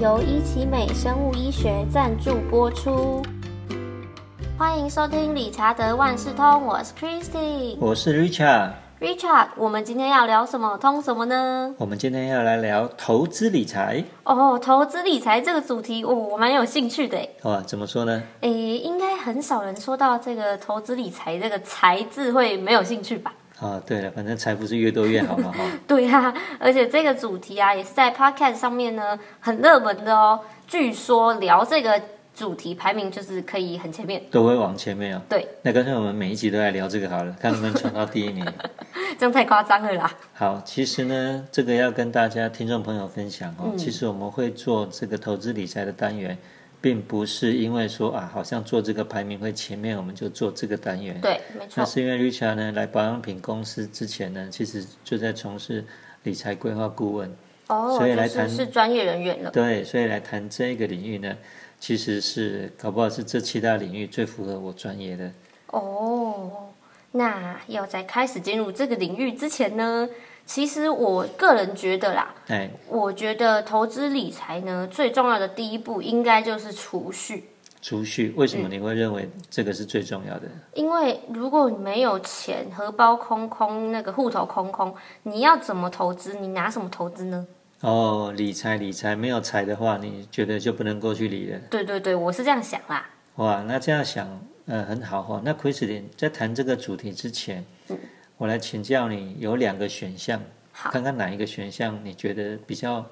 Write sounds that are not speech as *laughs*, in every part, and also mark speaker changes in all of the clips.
Speaker 1: 由伊奇美生物医学赞助播出。欢迎收听《理查德万事通》，我是 Christy。
Speaker 2: 我是 Richard，
Speaker 1: Richard，我们今天要聊什么通什么呢？
Speaker 2: 我们今天要来聊投资理财。
Speaker 1: 哦，投资理财这个主题，哦，我蛮有兴趣的诶。
Speaker 2: 哇，哦怎么说呢？
Speaker 1: 诶，应该很少人说到这个投资理财这个财字会没有兴趣吧？
Speaker 2: 啊，对了，反正财富是越多越好嘛，
Speaker 1: *laughs*
Speaker 2: 哈。
Speaker 1: 对啊，而且这个主题啊，也是在 Podcast 上面呢很热门的哦。据说聊这个主题排名就是可以很前面。
Speaker 2: 都会往前面哦。
Speaker 1: 对，
Speaker 2: 那干脆我们每一集都来聊这个好了，看能不能冲到第
Speaker 1: *laughs*
Speaker 2: 一名。
Speaker 1: 这样太夸张了啦。
Speaker 2: 好，其实呢，这个要跟大家听众朋友分享哦。
Speaker 1: 嗯
Speaker 2: 其实我们会做这个投资理财的单元，并不是因为说啊，好像做这个排名会前面，我们就做这个单元。
Speaker 1: 对，没错
Speaker 2: 那。是因为 Richard 呢来保养品公司之前呢，其实就在从事理财规划顾问。
Speaker 1: 哦，
Speaker 2: 所以来
Speaker 1: 就是
Speaker 2: 谈
Speaker 1: 是专业人员了。
Speaker 2: 对，所以来谈这个领域呢，其实是搞不好是这七大领域最符合我专业的。
Speaker 1: 哦，那要在开始进入这个领域之前呢，其实我个人觉得啦，
Speaker 2: 哎，
Speaker 1: 我觉得投资理财呢最重要的第一步应该就是储蓄。
Speaker 2: 储蓄为什么你会认为这个是最重要的？
Speaker 1: 因为如果你没有钱，荷包空空，那个户头空空，你要怎么投资？你拿什么投资呢？
Speaker 2: 哦，理财理财没有财的话，你觉得就不能够去理了。
Speaker 1: 对对对，我是这样想啦。
Speaker 2: 哇，那这样想，呃，很好哈、那 Christine 在谈这个主题之前，我来请教你有两个选项，
Speaker 1: 嗯好
Speaker 2: 看看哪一个选项你觉得比较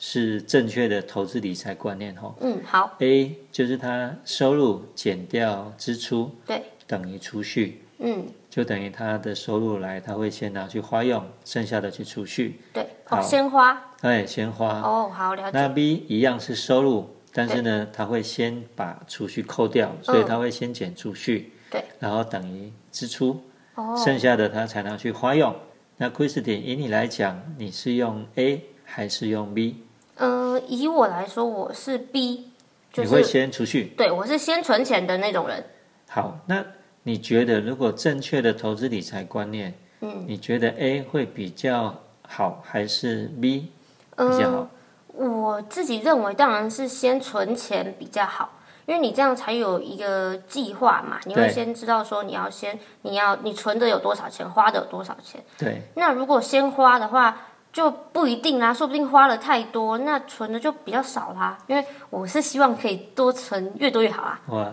Speaker 2: 是正确的投资理财观念哈、哦
Speaker 1: 嗯，好，
Speaker 2: A 就是他收入减掉支出
Speaker 1: 对，
Speaker 2: 等于储蓄，
Speaker 1: 嗯，
Speaker 2: 就等于他的收入来，他会先拿去花用，剩下的去储蓄，
Speaker 1: 对，
Speaker 2: 好
Speaker 1: 哦，鲜花，
Speaker 2: 哎，先花。
Speaker 1: 哦，好，了解，
Speaker 2: 那 B 一样是收入，但是呢，他会先把储蓄扣掉，所以他会先减储
Speaker 1: 嗯
Speaker 2: 蓄，
Speaker 1: 对，
Speaker 2: 然后等于支出，
Speaker 1: 哦，
Speaker 2: 剩下的他才拿去花用。那 Christine，以你来讲，你是用 A 还是用 B？
Speaker 1: 呃，以我来说，我是 B，就
Speaker 2: 你会
Speaker 1: 是
Speaker 2: 先储蓄？
Speaker 1: 对我是先存钱的那种人。
Speaker 2: 好，那你觉得如果正确的投资理财观念，嗯，你觉得 A 会比较好还是 B
Speaker 1: 嗯
Speaker 2: 比较好？
Speaker 1: 我自己认为，当然是先存钱比较好，因为你这样才有一个计划嘛，你会
Speaker 2: 对
Speaker 1: 先知道说你要先你要你存的有多少钱，花的有多少钱。
Speaker 2: 对，
Speaker 1: 那如果先花的话，就不一定啦，说不定花了太多，那存的就比较少啦。因为我是希望可以多存，越多越好啊。
Speaker 2: 哇，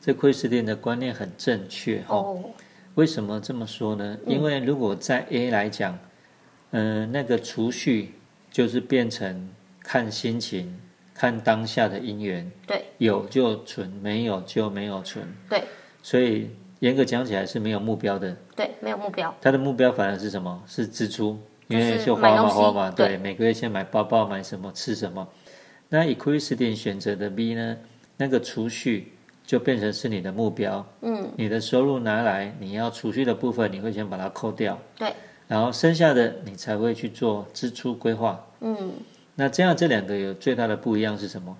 Speaker 2: 这 Christine 的观念很正确哦。
Speaker 1: 哦，
Speaker 2: 为什么这么说呢？
Speaker 1: 嗯
Speaker 2: 因为如果在 A 来讲，嗯、那个储蓄就是变成看心情、看当下的因缘，
Speaker 1: 对，
Speaker 2: 有就存，没有就没有存，
Speaker 1: 对
Speaker 2: 所以严格讲起来是没有目标的。
Speaker 1: 对，没有目标，
Speaker 2: 他的目标反而是什么？是支出，因
Speaker 1: 就
Speaker 2: 为
Speaker 1: 是
Speaker 2: 就
Speaker 1: 买
Speaker 2: 花嘛
Speaker 1: 东西
Speaker 2: 花嘛，
Speaker 1: 对
Speaker 2: 对，每个月先买包包，买什么吃什么。那以 Christine 选择的 B 呢，那个储蓄就变成是你的目标，嗯，你的收入拿来，你要储蓄的部分，你会先把它扣掉，
Speaker 1: 对，
Speaker 2: 然后剩下的你才会去做支出规划。
Speaker 1: 嗯，
Speaker 2: 那这样这两个有最大的不一样是什么？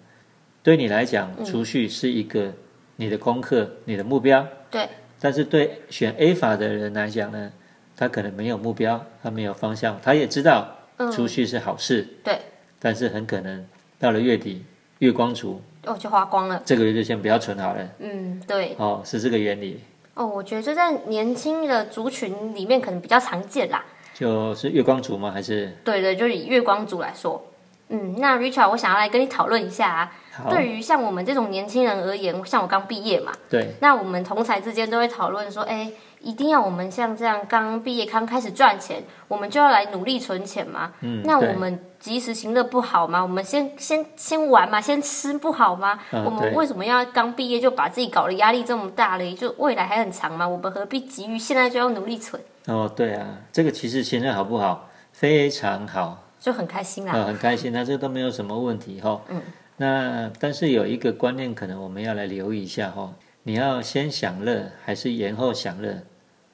Speaker 2: 对你来
Speaker 1: 嗯
Speaker 2: 讲，储蓄是一个你的功课，你的目标，
Speaker 1: 对
Speaker 2: 但是对选 A 法的人来讲呢，他可能没有目标，他没有方向，他也知道
Speaker 1: 嗯
Speaker 2: 储蓄是好事，
Speaker 1: 对，
Speaker 2: 但是很可能到了月底月光族，
Speaker 1: 哦，就花光了。
Speaker 2: 这个月就先不要存好了。
Speaker 1: 嗯，对，
Speaker 2: 哦，是这个原理，
Speaker 1: 哦，我觉得这在年轻的族群里面可能比较常见啦。
Speaker 2: 就是月光族吗？还是
Speaker 1: 对对，就是以月光族来说，嗯，那 Richard，我想要来跟你讨论一下啊，
Speaker 2: 好
Speaker 1: 对于像我们这种年轻人而言，像我刚毕业嘛，
Speaker 2: 对
Speaker 1: 那我们同才之间都会讨论说，哎，一定要我们像这样刚毕业刚开始赚钱，我们就要来努力存钱嘛。
Speaker 2: 嗯
Speaker 1: 那
Speaker 2: 对
Speaker 1: 我们及时行乐不好吗？我们先先先玩嘛，先吃不好吗？
Speaker 2: 嗯
Speaker 1: 我们
Speaker 2: 对
Speaker 1: 为什么要刚毕业就把自己搞得压力这么大嘞？就未来还很长嘛，我们何必急于现在就要努力存？
Speaker 2: 哦对啊，这个其实现在好不好？非常好，
Speaker 1: 就很开心啦。
Speaker 2: 啊，很开心，那这都没有什么问题哈。嗯。那但是有一个观念，可能我们要来留意一下哈。你要先享乐还是延后享乐，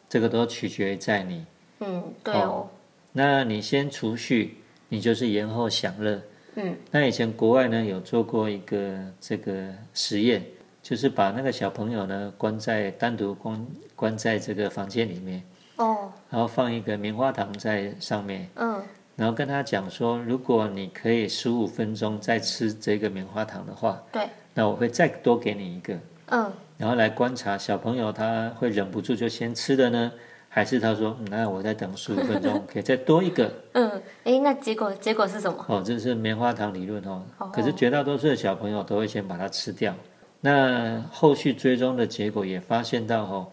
Speaker 2: 这个都取决于在你。
Speaker 1: 嗯，对哦，
Speaker 2: 那你先储蓄，你就是延后享乐。
Speaker 1: 嗯，
Speaker 2: 那以前国外呢有做过一个这个实验，就是把那个小朋友呢关在单独关关在这个房间里面，
Speaker 1: 哦，
Speaker 2: 然后放一个棉花糖在上面，
Speaker 1: 嗯，
Speaker 2: 然后跟他讲说，如果你可以十五分钟再吃这个棉花糖的话，
Speaker 1: 对，
Speaker 2: 那我会再多给你一个，
Speaker 1: 嗯，
Speaker 2: 然后来观察小朋友他会忍不住就先吃的呢，还是他说、嗯那我再等十五
Speaker 1: *laughs*
Speaker 2: 分钟，可以再多一个。
Speaker 1: 嗯，诶，那结果结果是什么？
Speaker 2: 哦，这是棉花糖理论哦
Speaker 1: 哦。
Speaker 2: 可是绝大多数的小朋友都会先把它吃掉。那后续追踪的结果也发现到哦，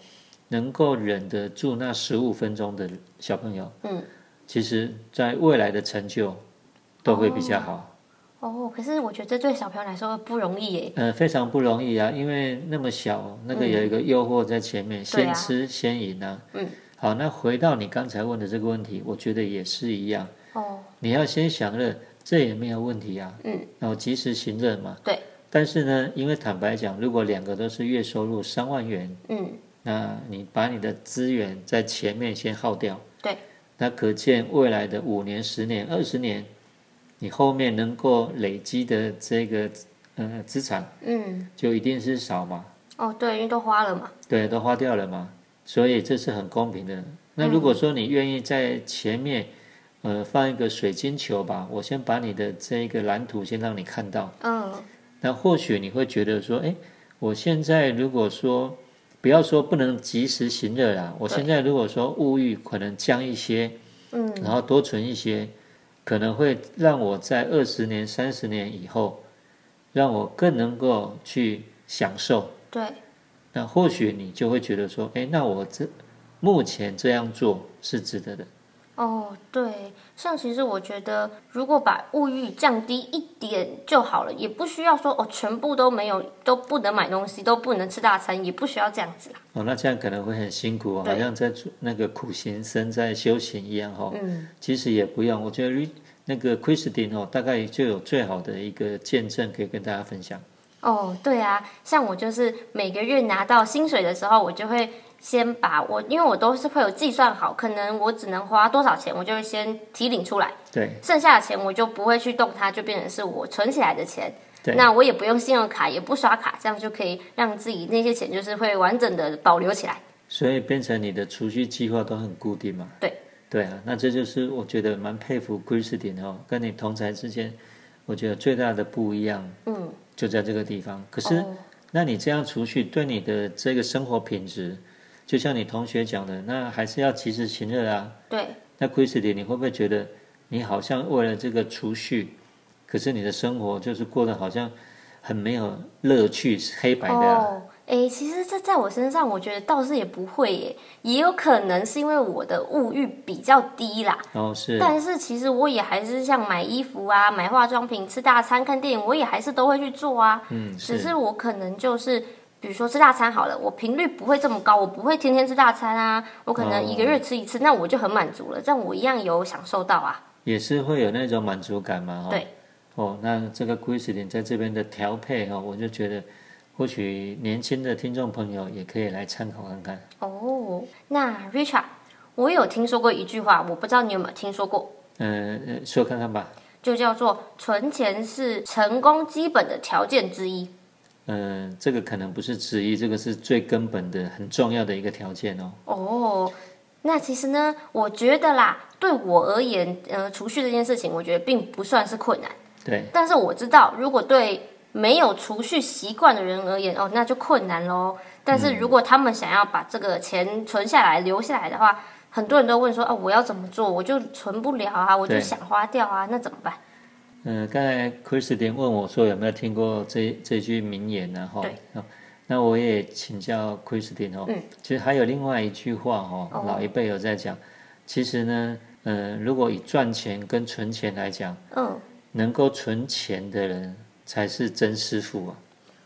Speaker 2: 能够忍得住那十五分钟的小朋友，
Speaker 1: 嗯，
Speaker 2: 其实在未来的成就都会比较好。
Speaker 1: 哦，可是我觉得这对小朋友来说不容易耶。
Speaker 2: 呃，非常不容易啊，因为那么小，那个有一个诱惑在前面，
Speaker 1: 嗯对啊
Speaker 2: 先吃先赢啊。
Speaker 1: 嗯，
Speaker 2: 好，那回到你刚才问的这个问题，我觉得也是一样，
Speaker 1: 哦，
Speaker 2: 你要先想着这也没有问题啊，
Speaker 1: 嗯，
Speaker 2: 然后及时行乐嘛。
Speaker 1: 对，
Speaker 2: 但是呢，因为坦白讲，如果两个都是月收入三万元，
Speaker 1: 嗯，
Speaker 2: 那你把你的资源在前面先耗掉，
Speaker 1: 对，
Speaker 2: 那可见未来的五年、十年、二十年，你后面能够累积的这个呃资产。
Speaker 1: 嗯，
Speaker 2: 就一定是少嘛，
Speaker 1: 哦，对，因为都花了嘛。
Speaker 2: 对，都花掉了嘛，所以这是很公平的。那如果说你愿意在前面，呃，放一个水晶球吧，我先把你的这个蓝图先让你看到，
Speaker 1: 嗯，
Speaker 2: 那或许你会觉得说，哎，我现在如果说不要说不能及时行乐啦，我
Speaker 1: 对
Speaker 2: 现在如果说物欲可能降一些，
Speaker 1: 嗯，
Speaker 2: 然后多存一些，可能会让我在二十年、三十年以后，让我更能够去享受。
Speaker 1: 对，
Speaker 2: 那或许你就会觉得说，哎，那我这目前这样做是值得的。
Speaker 1: 哦，对，像其实我觉得，如果把物欲降低一点就好了，也不需要说哦，全部都没有，都不能买东西，都不能吃大餐，也不需要这样子啦。
Speaker 2: 哦，那这样可能会很辛苦哦，
Speaker 1: 对
Speaker 2: 好像在做那个苦行僧在修行一样哦。
Speaker 1: 嗯，
Speaker 2: 其实也不用，我觉得 Ri- 那个 Christine 哦，大概就有最好的一个见证可以跟大家分享。
Speaker 1: 哦，对啊，像我就是每个月拿到薪水的时候，我就会先把我，因为我都是会有计算好，可能我只能花多少钱，我就会先提领出来。
Speaker 2: 对
Speaker 1: 剩下的钱我就不会去动它，就变成是我存起来的钱。
Speaker 2: 对
Speaker 1: 那我也不用信用卡，也不刷卡，这样就可以让自己那些钱就是会完整的保留起来。
Speaker 2: 所以变成你的储蓄计划都很固定嘛。
Speaker 1: 对，
Speaker 2: 对啊，那这就是我觉得蛮佩服 Christine 哦，跟你同才之间，我觉得最大的不一样
Speaker 1: 嗯，
Speaker 2: 就在这个地方。可是
Speaker 1: 哦
Speaker 2: 那你这样储蓄对你的这个生活品质，就像你同学讲的，那还是要及时行乐啊。
Speaker 1: 对，
Speaker 2: 那 Christy，你会不会觉得你好像为了这个储蓄，可是你的生活就是过得好像很没有乐趣，是黑白的、啊？
Speaker 1: 哦，哎、其实这在我身上，我觉得倒是也不会耶，也有可能是因为我的物欲比较低啦。
Speaker 2: 然后哦是
Speaker 1: 但是其实我也还是像买衣服啊、买化妆品、吃大餐、看电影，我也还是都会去做啊。
Speaker 2: 嗯
Speaker 1: 只
Speaker 2: 是
Speaker 1: 是我可能就是，比如说吃大餐好了，我频率不会这么高，我不会天天吃大餐啊，我可能一个月吃一次，那我就很满足了，这样我一样有享受到啊。
Speaker 2: 也是会有那种满足感嘛、哦？
Speaker 1: 对。
Speaker 2: 哦，那这个 Christy 在这边的调配哦，我就觉得或许年轻的听众朋友也可以来参考看看。
Speaker 1: 哦，那 Richard，我有听说过一句话，我不知道你有没有听说过，
Speaker 2: 嗯、呃，说看看吧。
Speaker 1: 就叫做“存钱是成功基本的条件之一
Speaker 2: 呃，这个可能不是之一，这个是最根本的、很重要的一个条件哦。”。
Speaker 1: 哦。那其实呢，我觉得啦，对我而言，呃，储蓄这件事情，我觉得并不算是困难。
Speaker 2: 对，
Speaker 1: 但是我知道，如果对没有储蓄习惯的人而言，哦，那就困难喽。但是如果他们想要把这个钱存下来、留下来的话，很多人都问说啊，我要怎么做？我就存不了啊，我就
Speaker 2: 对
Speaker 1: 想花掉啊，那怎么办？
Speaker 2: 呃，刚才 Christine 问我说有没有听过这这句名言呢、哈、
Speaker 1: 对嗯
Speaker 2: 哦那我也请教 Christine 哦。其实还有另外一句话哦，
Speaker 1: 哦
Speaker 2: 老一辈有在讲，其实呢，呃，如果以赚钱跟存钱来讲，
Speaker 1: 嗯，
Speaker 2: 能够存钱的人才是真师傅啊。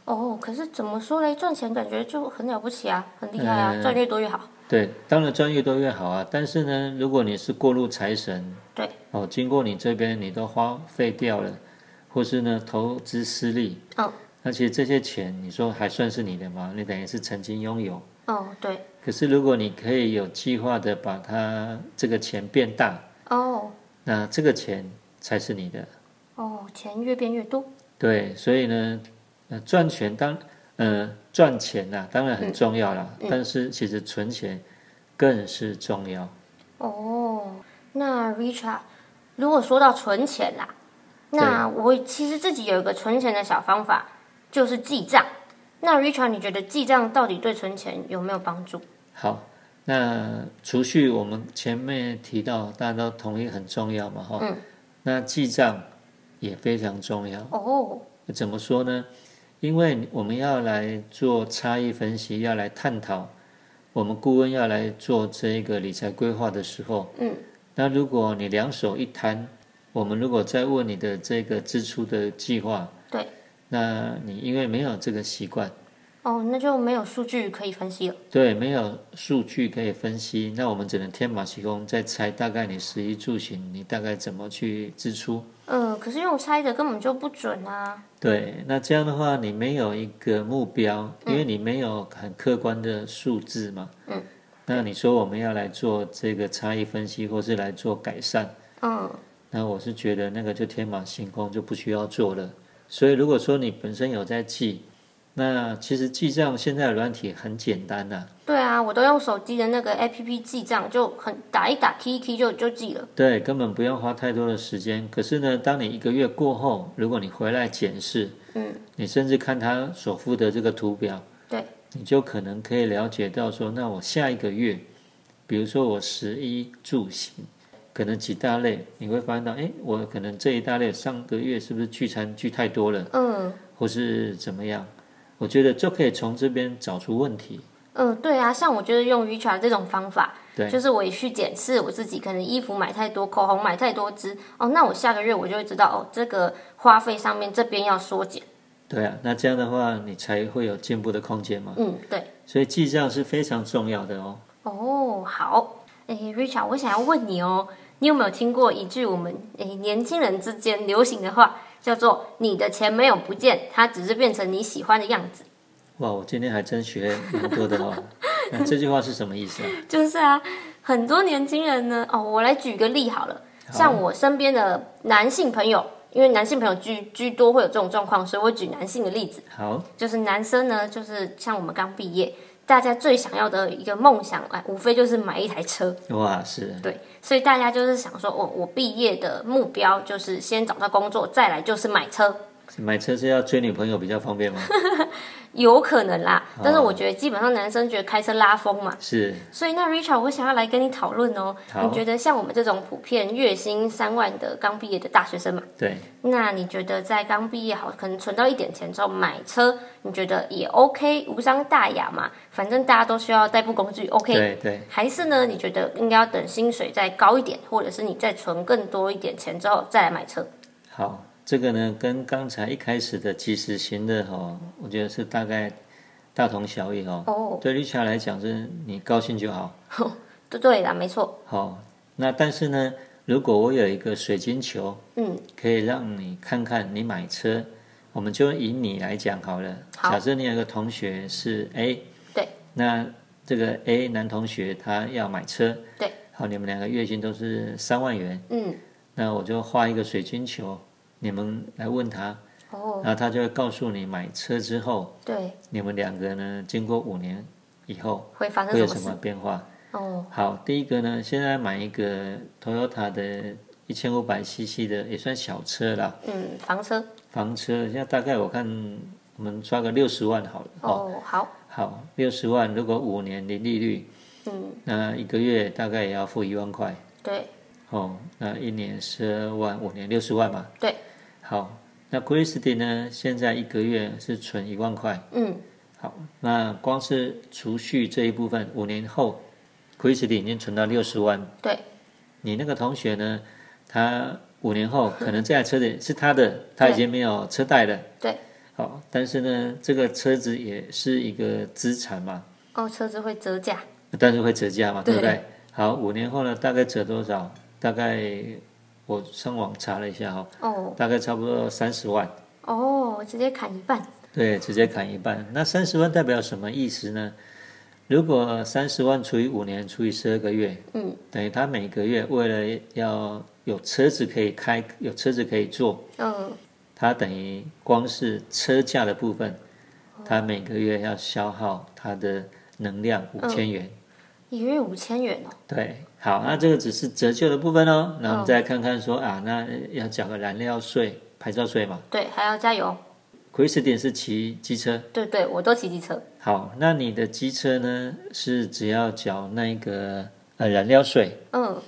Speaker 1: 哦，可是怎么说嘞？赚钱感觉就很了不起啊，很厉害啊，
Speaker 2: 嗯
Speaker 1: 赚越多越好。
Speaker 2: 对，当然赚越多越好啊。但是呢，如果你是过路财神，
Speaker 1: 对，
Speaker 2: 哦，经过你这边你都花费掉了，或是呢投资失利，
Speaker 1: 嗯，
Speaker 2: 那其实这些钱你说还算是你的吗？你等于是曾经拥有。
Speaker 1: 哦，对，
Speaker 2: 可是如果你可以有计划的把它这个钱变大，
Speaker 1: 哦，
Speaker 2: 那这个钱才是你的。
Speaker 1: 哦，钱越变越多。
Speaker 2: 对，所以呢，呃，赚钱当呃赚钱呐、当然很重要啦，但是其实存钱更是重要。
Speaker 1: 哦，那 Richard，如果说到存钱啦，那我其实自己有一个存钱的小方法，就是记账。那 Richard，你觉得记账到底对存钱有没有帮助？
Speaker 2: 好，那储蓄我们前面提到，大家都同意很重要嘛，哈。
Speaker 1: 嗯
Speaker 2: 那记账也非常重要。
Speaker 1: 哦，
Speaker 2: 怎么说呢？因为我们要来做差异分析，要来探讨，我们顾问要来做这个理财规划的时候，
Speaker 1: 嗯，
Speaker 2: 那如果你两手一摊，我们如果再问你的这个支出的计划，
Speaker 1: 对，
Speaker 2: 那你因为没有这个习惯，
Speaker 1: 哦，那就没有数据可以分析了。
Speaker 2: 对，没有数据可以分析，那我们只能天马行空，再猜大概你食衣住行，你大概怎么去支出。
Speaker 1: 嗯，可是用猜的根本就不准啊。
Speaker 2: 对，那这样的话，你没有一个目标，因为你没有很客观的数字嘛。
Speaker 1: 嗯。
Speaker 2: 那你说我们要来做这个差异分析，或是来做改善，
Speaker 1: 嗯，
Speaker 2: 那我是觉得那个就天马行空，就不需要做了。所以如果说你本身有在记，那其实记账现在的软体很简单呐、
Speaker 1: 对啊，我都用手机的那个 APP 记账，就很打一打 T 一 T 就就记了。
Speaker 2: 对，根本不用花太多的时间。可是呢，当你一个月过后，如果你回来检视，
Speaker 1: 嗯，
Speaker 2: 你甚至看它所附的这个图表，
Speaker 1: 对，
Speaker 2: 你就可能可以了解到说，那我下一个月，比如说我食衣住行，可能几大类，你会发现到，哎，我可能这一大类上个月是不是聚餐聚太多了，
Speaker 1: 嗯
Speaker 2: 或是怎么样？我觉得就可以从这边找出问题。
Speaker 1: 嗯，对啊，像我就是用 Richard 这种方法，
Speaker 2: 对
Speaker 1: 就是我也去检视我自己，可能衣服买太多，口红买太多支，哦，那我下个月我就会知道，哦，这个花费上面这边要缩减。
Speaker 2: 对啊，那这样的话，你才会有进步的空间嘛。
Speaker 1: 嗯，对。
Speaker 2: 所以记账是非常重要的哦。
Speaker 1: 哦，好。诶 r i c h a r d 我想要问你哦，你有没有听过一句我们诶年轻人之间流行的话，叫做“你的钱没有不见，它只是变成你喜欢的样子
Speaker 2: 哇，我今天还真学蛮多的
Speaker 1: *laughs*
Speaker 2: 哦。那这句话是什么意思啊？”？
Speaker 1: 就是啊，很多年轻人呢，哦，我来举个例好了，像我身边的男性朋友，因为男性朋友居居多会有这种状况，所以我举男性的例子。
Speaker 2: 好，
Speaker 1: 就是男生呢，就是像我们刚毕业，大家最想要的一个梦想，哎，无非就是买一台车。
Speaker 2: 哇，是
Speaker 1: 对，所以大家就是想说，我、哦我毕业的目标就是先找到工作，再来就是买车，
Speaker 2: 买车是要追女朋友比较
Speaker 1: *laughs*
Speaker 2: 方便吗？
Speaker 1: 有可能啦。但是我觉得基本上男生觉得开车拉风嘛，
Speaker 2: 是，
Speaker 1: 所以那 Richard，我想要来跟你讨论哦，
Speaker 2: 好
Speaker 1: 你觉得像我们这种普遍月薪三万的刚毕业的大学生嘛，
Speaker 2: 对，
Speaker 1: 那你觉得在刚毕业好，可能存到一点钱之后买车，你觉得也 OK，无伤大雅嘛，反正大家都需要代步工具，OK。
Speaker 2: 对对，
Speaker 1: 还是呢？你觉得应该要等薪水再高一点，或者是你再存更多一点钱之后再来买车？
Speaker 2: 好，这个呢跟刚才一开始的及时行乐哦，我觉得是大概大同小异哦。
Speaker 1: 哦，
Speaker 2: 对 Richard 来讲，是你高兴就好。
Speaker 1: 对对啦，没错，
Speaker 2: 好，那但是呢，如果我有一个水晶球，
Speaker 1: 嗯，
Speaker 2: 可以让你看看你买车，我们就以你来讲好了。
Speaker 1: 好
Speaker 2: 假设你有一个同学是 A，
Speaker 1: 对，
Speaker 2: 那这个 A 男同学他要买车，
Speaker 1: 对，
Speaker 2: 好，你们两个月薪都是三万元，
Speaker 1: 嗯，
Speaker 2: 那我就画一个水晶球，你们来问他，
Speaker 1: 哦，
Speaker 2: 然后他就会告诉你买车之后，
Speaker 1: 对，
Speaker 2: 你们两个呢，经过五年以后
Speaker 1: 会发生
Speaker 2: 会有
Speaker 1: 么
Speaker 2: 什
Speaker 1: 事？
Speaker 2: 么变化？
Speaker 1: 哦，
Speaker 2: 好，第一个呢，现在买一个 Toyota 的一千五百 CC 的也算小车啦，
Speaker 1: 嗯，房车，
Speaker 2: 房车现在大概我看我们抓个六十万好了，哦，
Speaker 1: 哦，好，
Speaker 2: 好，六十万如果五年零利率，
Speaker 1: 嗯，
Speaker 2: 那一个月大概也要付一万块，
Speaker 1: 对，
Speaker 2: 哦，那一年十二万，五年六十万嘛，
Speaker 1: 对，
Speaker 2: 好，那 Christy 呢，现在一个月是存一万块，
Speaker 1: 嗯，
Speaker 2: 好，那光是储蓄这一部分，五年后 Christy 已经存到六十万，
Speaker 1: 对，
Speaker 2: 你那个同学呢，他五年后可能这台
Speaker 1: *laughs*
Speaker 2: 车子是他的，他已经没有车贷了。
Speaker 1: 对。
Speaker 2: 好，但是呢，这个车子也是一个资产嘛，
Speaker 1: 哦，车子会折价，
Speaker 2: 但是会折价嘛，对不
Speaker 1: 对
Speaker 2: 对？好，五年后呢，大概折多少？大概我上网查了一下哈、
Speaker 1: 哦，
Speaker 2: 大概差不多三十万。
Speaker 1: 哦，直接砍一半，
Speaker 2: 对，直接砍一半。那三十万代表什么意思呢？如果三十万除以五年除以十二个月，
Speaker 1: 嗯，
Speaker 2: 等于他每个月为了要有车子可以开，有车子可以坐，
Speaker 1: 嗯，
Speaker 2: 他等于光是车价的部分，他每个月要消耗他的能量五千元。
Speaker 1: 一个月五千元哦，
Speaker 2: 对，好，那这个只是折旧的部分哦。那我们再来看看说、啊，那呃要缴个燃料税、牌照税嘛。
Speaker 1: 对，还要加油，哦
Speaker 2: Chris 点是骑机车，
Speaker 1: 对对，我都骑机车，
Speaker 2: 好，那你的机车呢是只要缴那个呃燃料税，
Speaker 1: 嗯，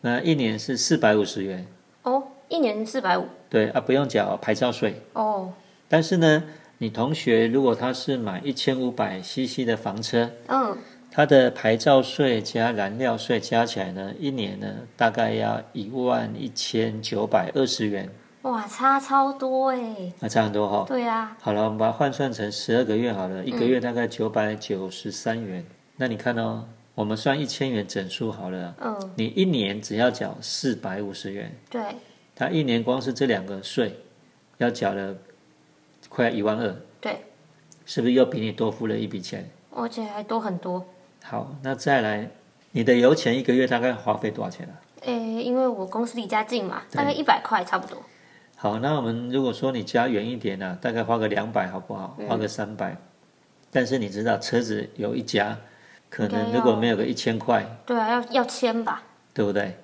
Speaker 2: 那一年是四百五十元，
Speaker 1: 哦，一年四百五，
Speaker 2: 对啊，不用缴牌照税。
Speaker 1: 哦，
Speaker 2: 但是呢，你同学如果他是买一千五百 CC 的房车，
Speaker 1: 嗯，
Speaker 2: 他的牌照税加燃料税加起来呢，一年呢大概要一万一千九百二十元，
Speaker 1: 哇，差超多哎，
Speaker 2: 那差很多哈、
Speaker 1: 对啊，
Speaker 2: 好了，我们把它换算成十二个月好了，一个月大概九百九十三元。那你看哦，我们算一千元整数好了，啊
Speaker 1: 嗯，
Speaker 2: 你一年只要缴四百五十元，
Speaker 1: 对，
Speaker 2: 他一年光是这两个税，要缴了快一万二，
Speaker 1: 对，
Speaker 2: 是不是又比你多付了一笔钱？
Speaker 1: 而且还多很多，
Speaker 2: 好，那再来，你的油钱一个月大概花费多少钱啊？
Speaker 1: 诶，因为我公司离家近嘛，
Speaker 2: 对
Speaker 1: 大概一百块差不多，
Speaker 2: 好，那我们如果说你家远一点呢、大概花个两百好不好？花个三百、但是你知道车子有一家，可能
Speaker 1: 应该
Speaker 2: 如果
Speaker 1: 要
Speaker 2: 没有个一千块，
Speaker 1: 对啊，要要签吧，
Speaker 2: 对不对？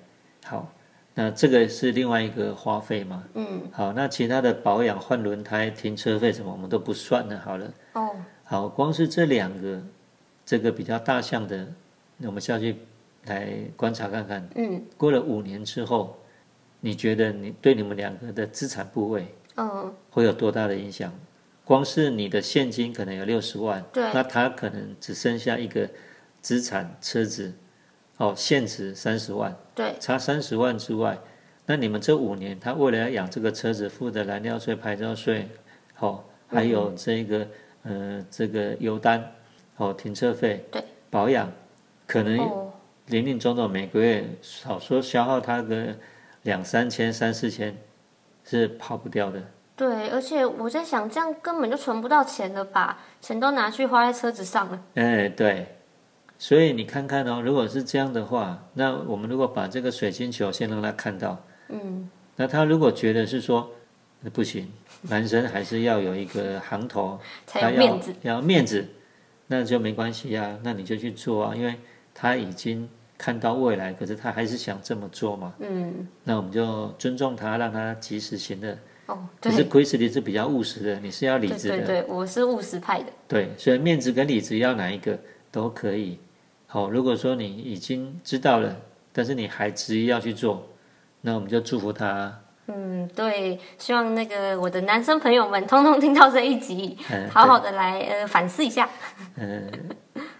Speaker 2: 好，那这个是另外一个花费嘛。
Speaker 1: 嗯，
Speaker 2: 好，那其他的保养、换轮胎、停车费什么，我们都不算了。好了，
Speaker 1: 哦，
Speaker 2: 好，光是这两个，这个比较大项的，那我们下去来观察看看。
Speaker 1: 嗯
Speaker 2: 过了五年之后，你觉得你对你们两个的资产部位
Speaker 1: 嗯，
Speaker 2: 会有多大的影响？光是你的现金可能有六十万，
Speaker 1: 对
Speaker 2: 那他可能只剩下一个资产车子，哦，现值三十万。
Speaker 1: 对，
Speaker 2: 差三十万之外，那你们这五年，他为了要养这个车子，付的燃料税、牌照税，好、还有
Speaker 1: 嗯
Speaker 2: 这个呃这个油单，好、停车费，
Speaker 1: 对，
Speaker 2: 保养，可能
Speaker 1: 哦，
Speaker 2: 零零总总每个月少说消耗他个两三千、三四千，是跑不掉的。
Speaker 1: 对，而且我在想，这样根本就存不到钱了吧？钱都拿去花在车子上了，
Speaker 2: 哎，对，所以你看看哦，如果是这样的话，那我们如果把这个水晶球先让他看到，
Speaker 1: 嗯，
Speaker 2: 那他如果觉得是说呃不行，男生还是要有一个行头，
Speaker 1: 才
Speaker 2: 他
Speaker 1: 有面子，
Speaker 2: 要，要面子，那就没关系啊，那你就去做啊，因为他已经看到未来，可是他还是想这么做嘛，
Speaker 1: 嗯，
Speaker 2: 那我们就尊重他，让他及时行乐。
Speaker 1: 哦，
Speaker 2: 可
Speaker 1: 对，
Speaker 2: 是 Chris 你是比较务实的，你是要理
Speaker 1: 对
Speaker 2: 智的
Speaker 1: 对，对，我是务实派的，
Speaker 2: 对，所以面子跟里子要哪一个都可以。好、如果说你已经知道了，但是你还执意要去做，那我们就祝福他。
Speaker 1: 嗯，对，希望那个我的男生朋友们通通听到这一集，
Speaker 2: 嗯，
Speaker 1: 好好的来呃反思一下，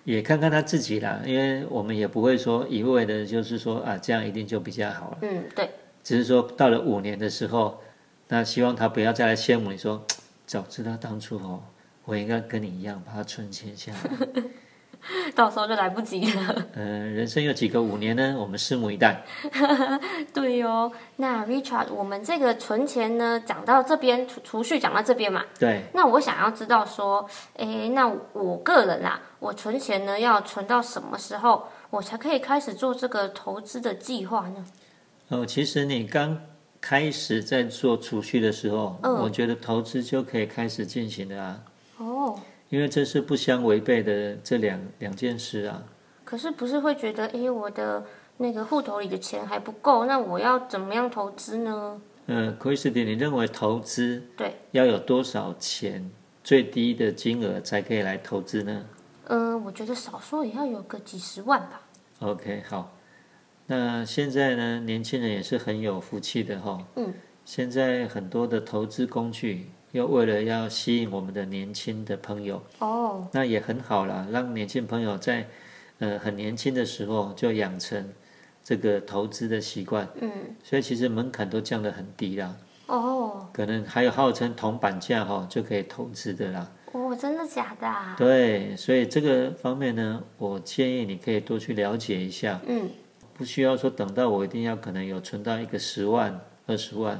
Speaker 2: 也看看他自己啦，因为我们也不会说一味的，就是说啊，这样一定就比较好了。
Speaker 1: 嗯，对，
Speaker 2: 只是说到了五年的时候，那希望他不要再来羡慕你说，嘖早知道当初哦，我应该跟你一样把它存钱下来。 *laughs*
Speaker 1: 到时候就来不及了， *laughs*
Speaker 2: 呃，人生有几个五年呢？我们拭目以待。
Speaker 1: 对哦。那 Richard，我们这个存钱呢，讲到这边储储蓄讲到这边嘛，
Speaker 2: 对，
Speaker 1: 那我想要知道说，诶，那我个人啦、我存钱呢要存到什么时候，我才可以开始做这个投资的计划呢？
Speaker 2: 哦，其实你刚开始在做储蓄的时候，
Speaker 1: 嗯
Speaker 2: 我觉得投资就可以开始进行的啊，
Speaker 1: 哦，
Speaker 2: 因为这是不相违背的这两两件事啊。
Speaker 1: 可是不是会觉得，诶，我的那个户头里的钱还不够，那我要怎么样投资呢？
Speaker 2: 嗯 c h r i s t i 你认为投资
Speaker 1: 对
Speaker 2: 要有多少钱最低的金额才可以来投资呢
Speaker 1: 嗯、我觉得少说也要有个几十万吧。
Speaker 2: ？OK，好。那现在呢，年轻人也是很有福气的哈、
Speaker 1: 嗯。
Speaker 2: 现在很多的投资工具，又为了要吸引我们的年轻的朋友，
Speaker 1: 哦，
Speaker 2: 那也很好啦，让年轻朋友在呃很年轻的时候就养成这个投资的习惯，
Speaker 1: 嗯，
Speaker 2: 所以其实门槛都降得很低啦。
Speaker 1: 哦，
Speaker 2: 可能还有号称铜板价哈、就可以投资的啦。
Speaker 1: 哦，真的假的啊？
Speaker 2: 对，所以这个方面呢，我建议你可以多去了解一下，
Speaker 1: 嗯，
Speaker 2: 不需要说等到我一定要可能有存到一个十万、二十万，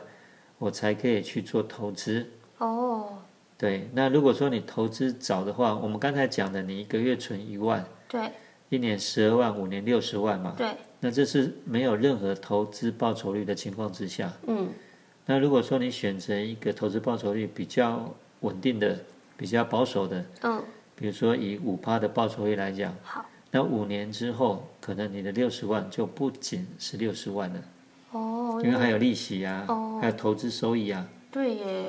Speaker 2: 我才可以去做投资。
Speaker 1: 哦，
Speaker 2: 对，那如果说你投资早的话，我们刚才讲的，你一个月存一万。
Speaker 1: 对
Speaker 2: 一年十二万，五年六十万嘛。
Speaker 1: 对，
Speaker 2: 那这是没有任何投资报酬率的情况之下。
Speaker 1: 嗯，
Speaker 2: 那如果说你选择一个投资报酬率比较稳定的、比较保守的，
Speaker 1: 嗯，
Speaker 2: 比如说以五趴的报酬率来讲，
Speaker 1: 好，
Speaker 2: 那五年之后，可能你的六十万就不仅是六十万了，
Speaker 1: 哦，
Speaker 2: 因为还有利息啊，
Speaker 1: 哦
Speaker 2: 还有投资收益啊。
Speaker 1: 对耶，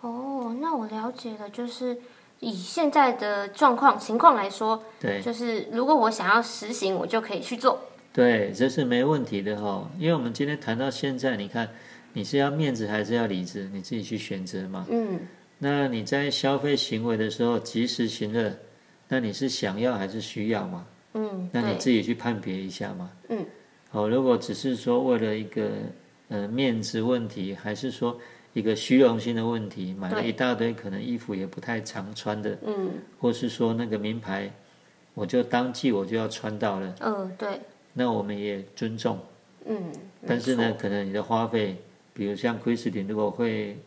Speaker 1: 哦，那我了解了，就是以现在的状况情况来说，
Speaker 2: 对
Speaker 1: 就是如果我想要实行，我就可以去做。
Speaker 2: 对，这是没问题的哈、因为我们今天谈到现在，你看你是要面子还是要里子，你自己去选择嘛。
Speaker 1: 嗯，
Speaker 2: 那你在消费行为的时候及时行乐，那你是想要还是需要嘛？
Speaker 1: 嗯，
Speaker 2: 那你
Speaker 1: 对，
Speaker 2: 自己去判别一下嘛。
Speaker 1: 嗯，
Speaker 2: 好、如果只是说为了一个呃面子问题，还是说一个虚荣心的问题，买了一大堆可能衣服也不太常穿的，
Speaker 1: 嗯
Speaker 2: 或是说那个名牌，我就当季我就要穿到了，
Speaker 1: 嗯，对，
Speaker 2: 那我们也尊重。
Speaker 1: 嗯，
Speaker 2: 但是
Speaker 1: 没
Speaker 2: 呢
Speaker 1: 错，，
Speaker 2: 可能你的花费，比如像 Christine 如果会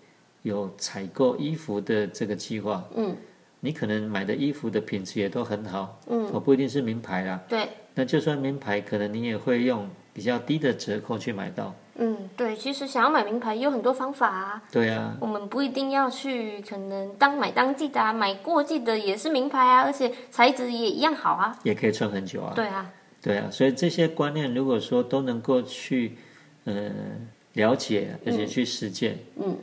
Speaker 2: 有采购衣服的这个计划，
Speaker 1: 嗯
Speaker 2: 你可能买的衣服的品质也都很好，
Speaker 1: 嗯，
Speaker 2: 哦，不一定是名牌啦。
Speaker 1: 对，
Speaker 2: 那就算名牌，可能你也会用比较低的折扣去买到。
Speaker 1: 嗯对，其实想要买名牌也有很多方法啊。
Speaker 2: 对啊，
Speaker 1: 我们不一定要去，可能当买当季的啊，买过季的也是名牌啊，而且材质也一样好啊。
Speaker 2: 也可以穿很久啊。
Speaker 1: 对啊，
Speaker 2: 对啊，所以这些观念如果说都能够去，呃，了解而且去实践，
Speaker 1: 嗯，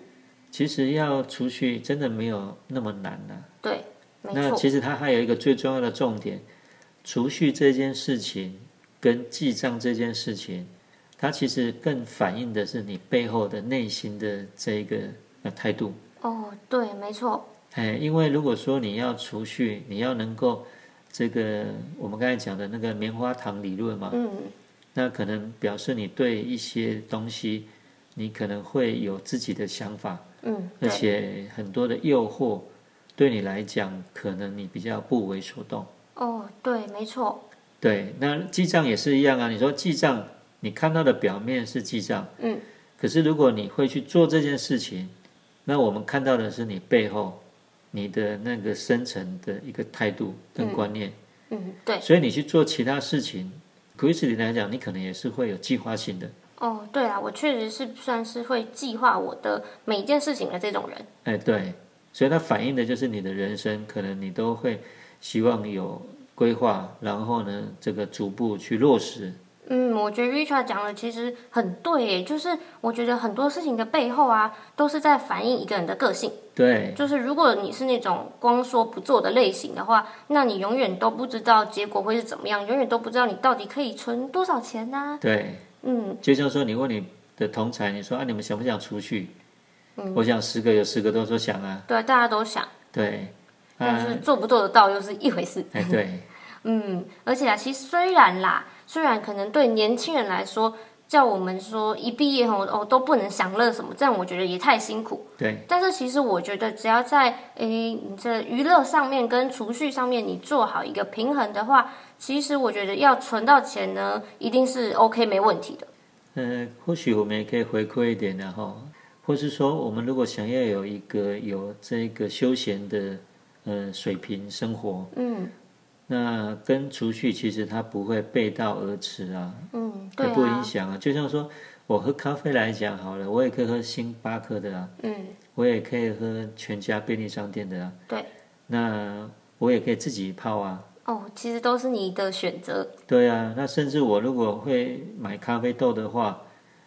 Speaker 2: 其实要储蓄真的没有那么难啊。
Speaker 1: 对，没
Speaker 2: 那
Speaker 1: 错，
Speaker 2: 其实它还有一个最重要的重点，储蓄这件事情跟记账这件事情，它其实更反映的是你背后的内心的这一个呃态度。
Speaker 1: 哦，对，没错，
Speaker 2: 哎，因为如果说你要储蓄，你要能够这个我们刚才讲的那个棉花糖理论嘛，
Speaker 1: 嗯
Speaker 2: 那可能表示你对一些东西，你可能会有自己的想法，
Speaker 1: 嗯，对。
Speaker 2: 而且很多的诱惑对你来讲，可能你比较不为所动。
Speaker 1: 哦，对，没错，
Speaker 2: 对，那记账也是一样啊。你说记账，你看到的表面是记账，
Speaker 1: 嗯，
Speaker 2: 可是如果你会去做这件事情，那我们看到的是你背后你的那个深层的一个态度跟观念。
Speaker 1: 嗯，对，
Speaker 2: 所以你去做其他事情，古意斯里来讲，你可能也是会有计划性的。
Speaker 1: 哦，对啊，我确实是算是会计划我的每一件事情的这种人。
Speaker 2: 哎，对，所以它反映的就是你的人生，可能你都会希望有规划，然后呢，这个逐步去落实。
Speaker 1: 嗯，我觉得 Richard 讲的其实很对耶，就是我觉得很多事情的背后啊，都是在反映一个人的个性。
Speaker 2: 对，
Speaker 1: 就是如果你是那种光说不做的类型的话，那你永远都不知道结果会是怎么样，永远都不知道你到底可以存多少钱呐、
Speaker 2: 对。
Speaker 1: 嗯，
Speaker 2: 就像说，你问你的同才，你说啊，你们想不想出去？
Speaker 1: 嗯
Speaker 2: 我想十个有十个都说想啊，
Speaker 1: 对啊，大家都想，
Speaker 2: 对，
Speaker 1: 但是
Speaker 2: 啊，
Speaker 1: 做不做得到又是一回事。
Speaker 2: 哎，对，
Speaker 1: 嗯，而且啊，其实虽然啦，虽然可能对年轻人来说，叫我们说一毕业后哦都不能享乐什么，这样我觉得也太辛苦。
Speaker 2: 对，
Speaker 1: 但是其实我觉得，只要在诶你这娱乐上面跟储蓄上面你做好一个平衡的话，其实我觉得要存到钱呢，一定是 OK 没问题的。
Speaker 2: 呃，或许我们也可以回馈一点然后，或是说，我们如果想要有一个有这个休闲的呃水平生活，
Speaker 1: 嗯
Speaker 2: 那跟储蓄其实它不会背道而驰啊，
Speaker 1: 嗯，
Speaker 2: 也
Speaker 1: 对
Speaker 2: 不影
Speaker 1: 啊，
Speaker 2: 响啊。就像说我喝咖啡来讲好了，我也可以喝星巴克的啊，
Speaker 1: 嗯
Speaker 2: 我也可以喝全家便利商店的啊。
Speaker 1: 对，
Speaker 2: 那我也可以自己泡啊。
Speaker 1: 哦，其实都是你的选择。
Speaker 2: 对啊，那甚至我如果会买咖啡豆的话，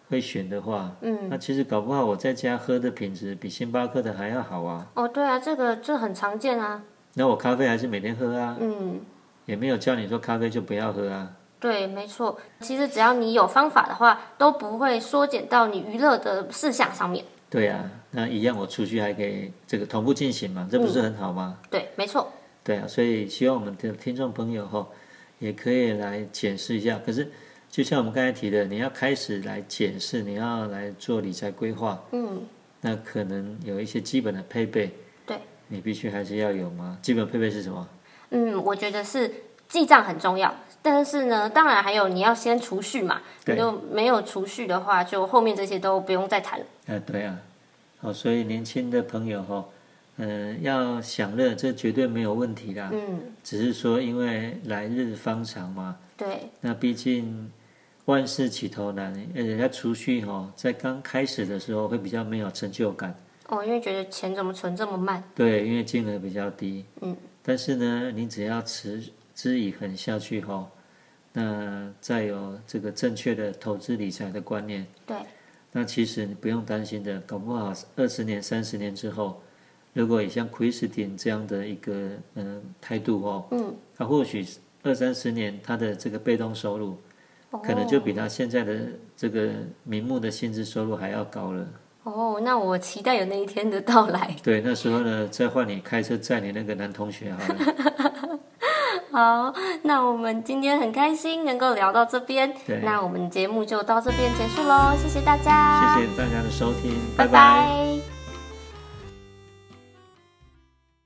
Speaker 2: 会选的话，
Speaker 1: 嗯，
Speaker 2: 那其实搞不好我在家喝的品质比星巴克的还要好啊。
Speaker 1: 哦，对啊，这个这很常见啊。
Speaker 2: 那我咖啡还是每天喝啊，
Speaker 1: 嗯。
Speaker 2: 也没有叫你说咖啡就不要喝啊。
Speaker 1: 对，没错。其实只要你有方法的话，都不会缩减到你娱乐的事项上面。
Speaker 2: 对啊，那一样我出去还可以这个同步进行嘛，这不是很好吗？
Speaker 1: 对，没错。
Speaker 2: 对啊，所以希望我们的听众朋友哈、也可以来检视一下。可是，就像我们刚才提的，你要开始来检视，你要来做理财规划，
Speaker 1: 嗯，
Speaker 2: 那可能有一些基本的配备，
Speaker 1: 对，
Speaker 2: 你必须还是要有吗？基本配备是什么？
Speaker 1: 嗯，我觉得是记账很重要。但是呢，当然还有你要先储蓄嘛。
Speaker 2: 对
Speaker 1: 你就没有储蓄的话，就后面这些都不用再谈了。
Speaker 2: 呃，对啊，好，所以年轻的朋友哈、嗯、要享乐，这绝对没有问题啦。
Speaker 1: 嗯，
Speaker 2: 只是说，因为来日方长嘛，
Speaker 1: 对，
Speaker 2: 那毕竟万事起头难，而且它储蓄哈、在刚开始的时候会比较没有成就感，
Speaker 1: 哦，因为觉得钱怎么存这么慢？
Speaker 2: 对，因为金额比较低。
Speaker 1: 嗯，
Speaker 2: 但是呢，你只要持之以恒下去后，那再有这个正确的投资理财的观念，
Speaker 1: 对，
Speaker 2: 那其实你不用担心的，搞不好二十年、三十年之后，如果也像 Christine 这样的一个嗯、呃态度哦，
Speaker 1: 嗯，
Speaker 2: 他或许二三十年他的这个被动收入，
Speaker 1: 哦
Speaker 2: 可能就比他现在的这个名目的薪资收入还要高了。
Speaker 1: 哦，那我期待有那一天的到来。 *laughs*
Speaker 2: 对，那时候呢，再换你开车载你那个男同学
Speaker 1: *laughs*
Speaker 2: 好了。
Speaker 1: 好，那我们今天很开心能够聊到这边
Speaker 2: 对，
Speaker 1: 那我们节目就到这边结束喽，谢谢大家，
Speaker 2: 谢谢大家的收听，
Speaker 1: 拜
Speaker 2: 拜拜
Speaker 1: 拜